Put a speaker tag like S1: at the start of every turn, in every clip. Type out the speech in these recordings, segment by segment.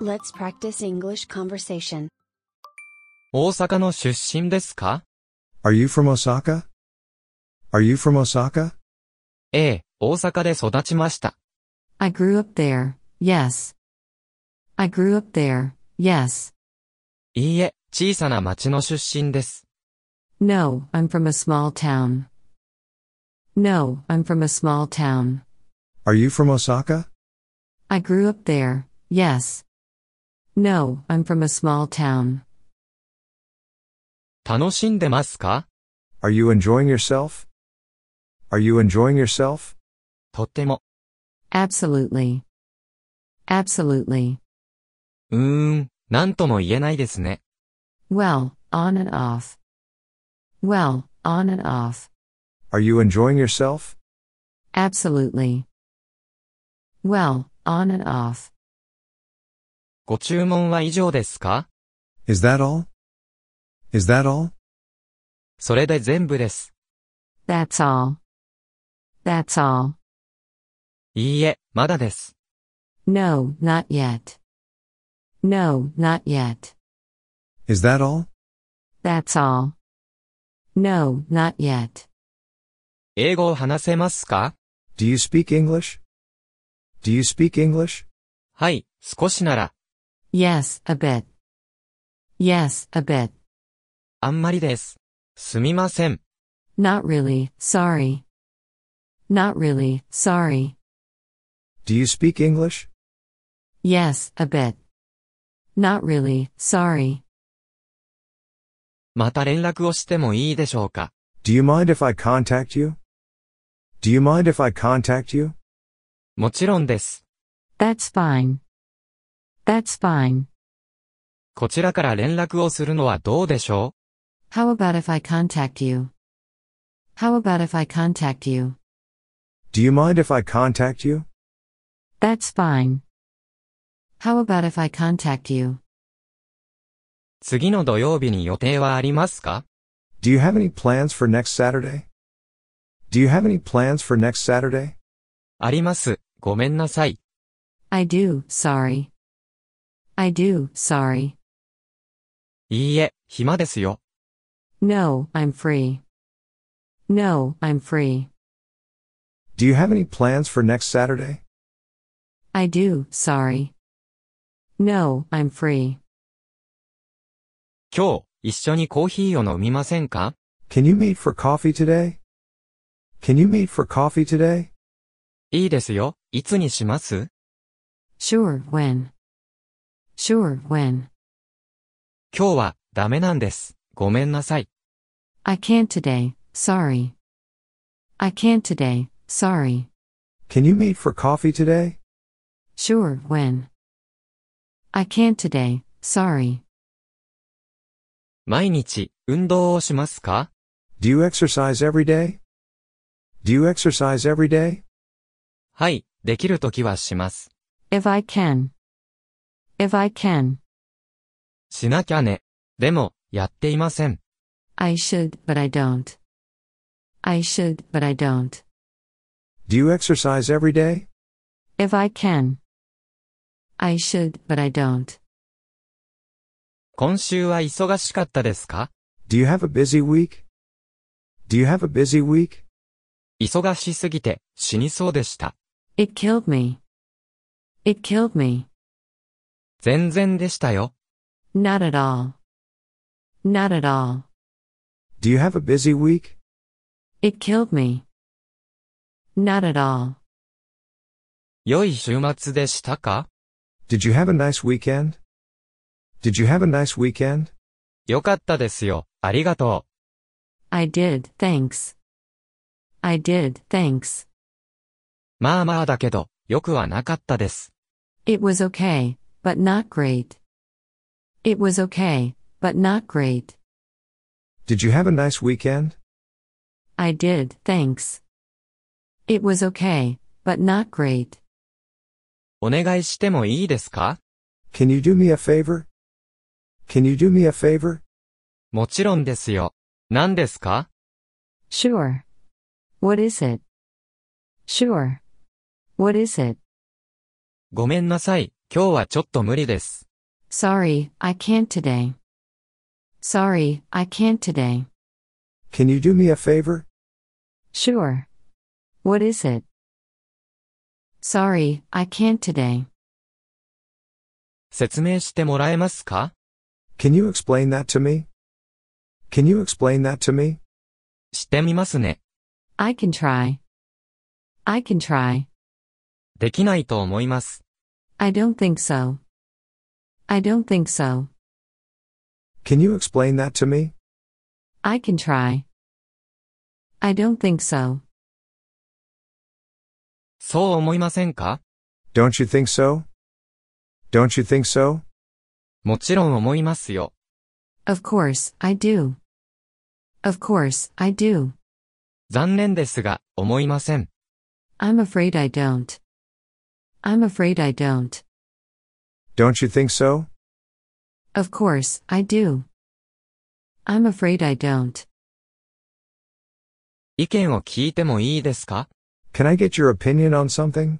S1: Let's practice English conversation.
S2: 大阪の出身ですか
S3: Are you from Osaka? Are you from Osaka?
S2: ええ、大阪で育ちました。
S4: I grew up there, yes. I grew up there, yes.
S2: いいえ、小さな町の出身です。
S4: No, I'm from a small town. No, I'm from a small town.
S3: Are you from Osaka?
S4: I grew up there, yes. No, I'm from a small town.
S2: 楽しんでますか
S3: Are you enjoying yourself? Are you enjoying yourself?
S2: とっても。
S4: Absolutely. Absolutely.
S2: うーん、なんとも言えないですね。
S4: Well, on and off. Well, on and off.
S3: Are you enjoying yourself?
S4: Absolutely. Well, on and off.
S2: ご注文は以上ですか
S3: Is that all? Is that all?
S2: それで全部です。
S4: That's all. That's all.
S2: いいえ、まだです。
S4: No, not yet. No, not yet.
S3: Is that all?
S4: That's all. No, not yet.
S2: 英語を話せますか
S3: Do you speak English? Do you speak English?
S2: はい、少しなら、
S4: Yes, a bit. Yes, a bit.
S2: あんまりです。すみません。
S4: Not really, sorry. Not really, sorry.
S3: Do you speak English?
S4: Yes, a bit. Not really, sorry.
S2: また連絡をしてもいいでしょうか
S3: Do you mind if I contact you? Do you mind if I contact you?
S2: もちろんです。
S4: That's fine. That's fine.
S2: こちらから連絡をするのはどうでしょ
S4: How about if I contact you? How about if I contact you?
S3: Do you mind if I contact you?
S4: That's fine. How about if I contact you?
S2: う次の土曜日に予定はありますか
S3: Do you have any plans for next Saturday? Do you have any plans for next Saturday?
S2: あります。ごめんなさい。
S4: I do, sorry. I do, sorry.
S2: いいえ、暇ですよ。
S4: No, I'm free. No, I'm free.
S3: Do you have any plans for next Saturday?
S4: I do, sorry. No, I'm free.
S2: 今日、一緒にコーヒーを飲みませんか
S3: Can you meet for coffee today? Can you meet for coffee today?
S2: いいですよ。いつにします
S4: Sure, when? Sure, when?
S2: 今日は、ダメなんです。ごめんなさい。
S4: I can't today, sorry. I can't today, sorry.
S3: Can you meet for coffee today?
S4: Sure, when? I can't today, sorry.
S2: 毎日、運動をしますか
S3: Do you exercise every day? Do you exercise every day?
S2: はい、できるときはします。
S4: If I can. If I can.
S2: しなきゃね。でも、やっていません。
S4: I should, but I don't. I should, but I don't.
S3: Do you exercise every day?
S4: If I can. I should, but I don't.
S2: 今週は忙しかったですか
S3: Do you have a busy week? Do you have a busy week?
S2: 忙しすぎて、死にそうでした。
S4: It killed me. It killed me.
S2: 全然でしたよ。
S4: Not at all. Not at all.
S3: Do you have a busy week?
S4: It killed me. Not at all.
S2: 良い週末でしたか
S3: Did you have a nice weekend? Did you have a nice weekend?
S2: 良かったですよ。ありがとう。
S4: I did, thanks. I did, thanks.
S2: まあまあだけど、良くはなかったです。
S4: It was okay, but not great. It was okay, but not great.
S3: Did you have a nice weekend?
S4: I did, thanks. It was okay, but not great.
S2: お願いしてもいいですか
S3: Can you do me a favor? Can you do me a favor?
S2: もちろんですよ。何ですか
S4: Sure. What is it? Sure. What is it?
S2: ごめんなさい。今日はちょっと無理です。
S4: Sorry, I can't today. Sorry, I can't today.
S3: Can you do me a favor?
S4: Sure. What is it? Sorry, I can't today.
S2: 説明してもらえますか
S3: Can you explain that to me? Can you explain that to me?
S2: してみますね。
S4: I can try. I can try.
S2: できないと思います。
S4: I don't think so. I don't think so.
S3: Can you explain that to me?
S4: I can try. I don't think so.
S2: そう思いませんか
S3: Don't you think so? Don't you think so?
S2: もちろん思いますよ。
S4: Of course, I do. Of course, I do.
S2: 残念ですが、思いません。
S4: I'm afraid I don't. I'm afraid I don't.
S3: Don't you think so?
S4: Of course, I do. I'm afraid I don't.
S2: 意見を聞いてもいいですか
S3: Can I get your opinion on something?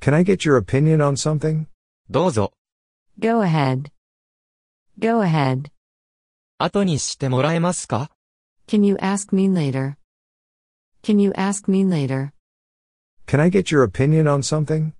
S3: Can I get your opinion on something?
S2: どうぞ、
S4: Go ahead. Go ahead.
S2: 後にしてもらえますか
S4: Can you ask me later? Can you ask me later?
S3: Can I get your opinion on something?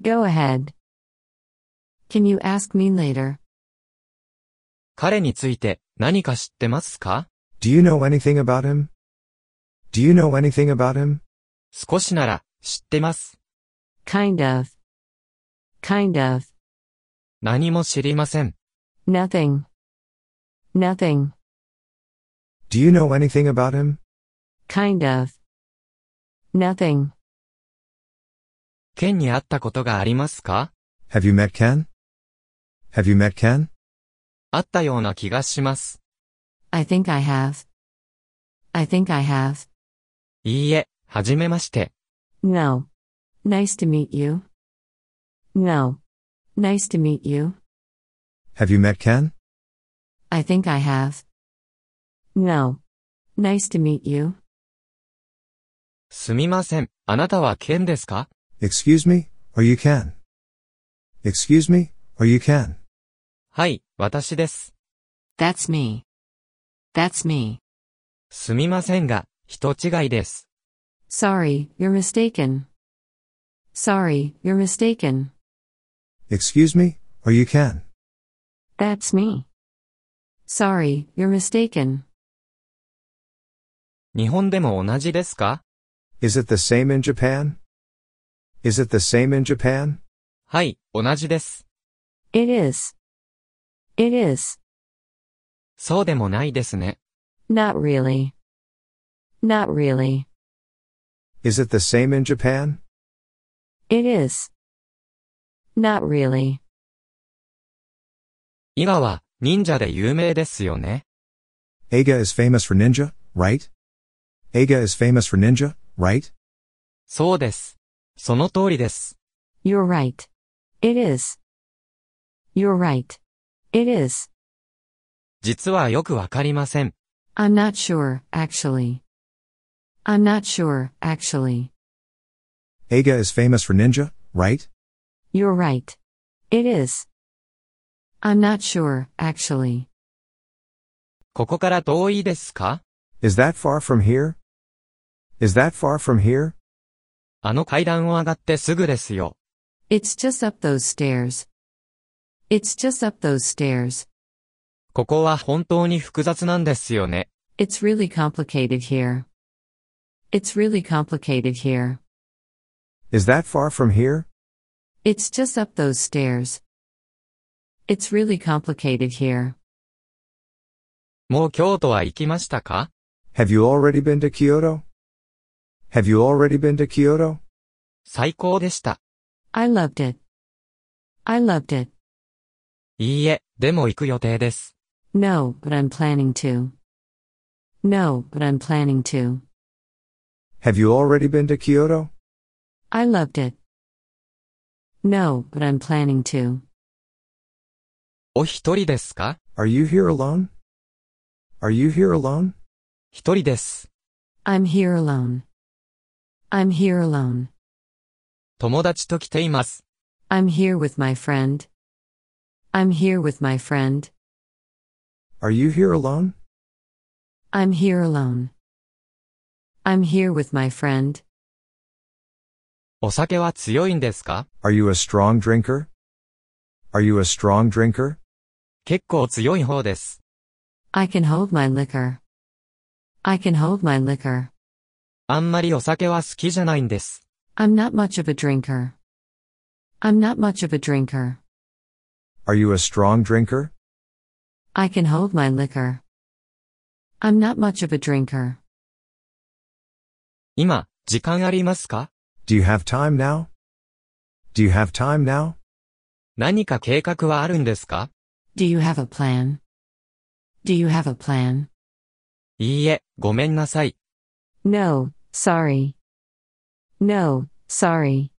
S4: Go ahead. Can you ask me later?
S2: 彼について何か知ってますか
S3: Do you know anything about him? Do you know anything about him?
S2: 少しなら知ってます。
S4: Kind of. Kind of.
S2: 何も知りません。
S4: Nothing. Nothing.
S3: Do you know anything about him?
S4: Kind of. Nothing.
S2: 県に会ったことがありますか
S3: Have you met Ken? Have you met Ken?
S2: あったような気がします。
S4: I think I have. I think I have.
S2: いいえ、はじめまして。
S4: No. Nice to meet you. No. Nice to meet you.
S3: Have you met Ken?
S4: I think I have. No. Nice to meet you.
S2: すみません。あなたは県ですか
S3: Excuse me, or you can. Excuse me, or you can.
S2: はい、私です。
S4: That's me. That's me.
S2: すみませんが、人違いです。
S4: Sorry, you're mistaken. Sorry, you're mistaken.
S3: Excuse me, or you can.
S4: That's me. Sorry, you're mistaken.
S2: 日本でも同じですか
S3: Is it the same in Japan? Is it the same in Japan?
S2: はい、同じです。
S4: It is. It is.
S2: そうでもないですね。
S4: Not really. Not really.
S3: Is it the same in Japan?
S4: It is. Not really.
S2: 伊賀は忍者で有名ですよね。
S3: Aga is famous for ninja, right? Aga is famous for ninja, right?
S2: そうです。その通りです。
S4: You're right. It is. You're right. It is.
S2: 実はよくわかりません。
S4: I'm not sure, actually. I'm not sure, actually.
S3: Aga is famous for ninja, right?
S4: You're right. It is. I'm not sure, actually.
S2: ここから遠いですか
S3: Is that far from here? Is that far from here?
S2: あの階段を上がってすぐですよ。
S4: It's just up those stairs. It's just up those stairs.
S2: ここは本当に複雑なんですよね。
S4: It's really complicated here. It's really complicated here.
S3: Is that far from here?
S4: It's just up those stairs. It's really complicated here.
S2: もう京都は行きましたか
S3: Have you already been to Kyoto? Have you already been to Kyoto?
S2: 最高でした。
S4: I loved it. I loved it.
S2: いいえ、でも行く予定です。
S4: No, but I'm planning to. No, but I'm planning to.
S3: Have you already been to Kyoto?
S4: I loved it. No, but I'm planning to.
S2: お一人ですか
S3: Are you here alone? Are you here alone?
S2: 一人です。
S4: I'm here alone. I'm here alone.
S2: 友達と来ています。
S4: I'm here with my friend. I'm here with my friend.
S3: Are you here alone?
S4: I'm here alone. I'm here with my friend.
S2: お酒は強いんですか
S3: Are you a strong drinker? Are you a strong drinker?
S2: 結構強い方です。
S4: I can hold my liquor. I can hold my liquor.
S2: あんまりお酒は好きじゃないんです。
S4: I'm not much of a drinker. I'm not much of a drinker.
S3: Are you a strong drinker?
S4: I can hold my liquor. I'm not much of a drinker.
S2: 今、時間ありますか
S3: Do you have time now? Do you have time now?
S2: 何か計画はあるんですか
S4: Do you have a plan? Do you have a plan?
S2: いいえ、ごめんなさい。
S4: No, sorry. No, sorry.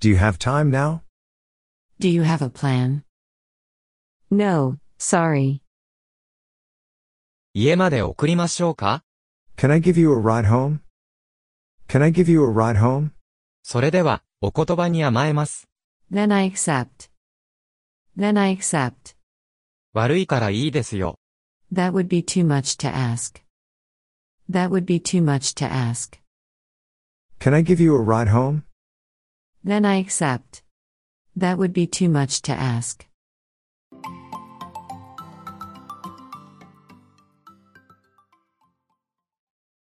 S3: Do you have time now?
S4: Do you have a plan? No, sorry.
S2: 家まで送りましょうか
S3: Can I give you a ride home? Can I give you a ride home?
S2: それでは、お言葉に甘えます。
S4: Then I accept. Then I accept.
S2: 悪いからいいですよ。
S4: That would be too much to ask. That would be too much to ask.
S3: Can I give you a ride home?
S4: Then I accept. That would be too much to ask.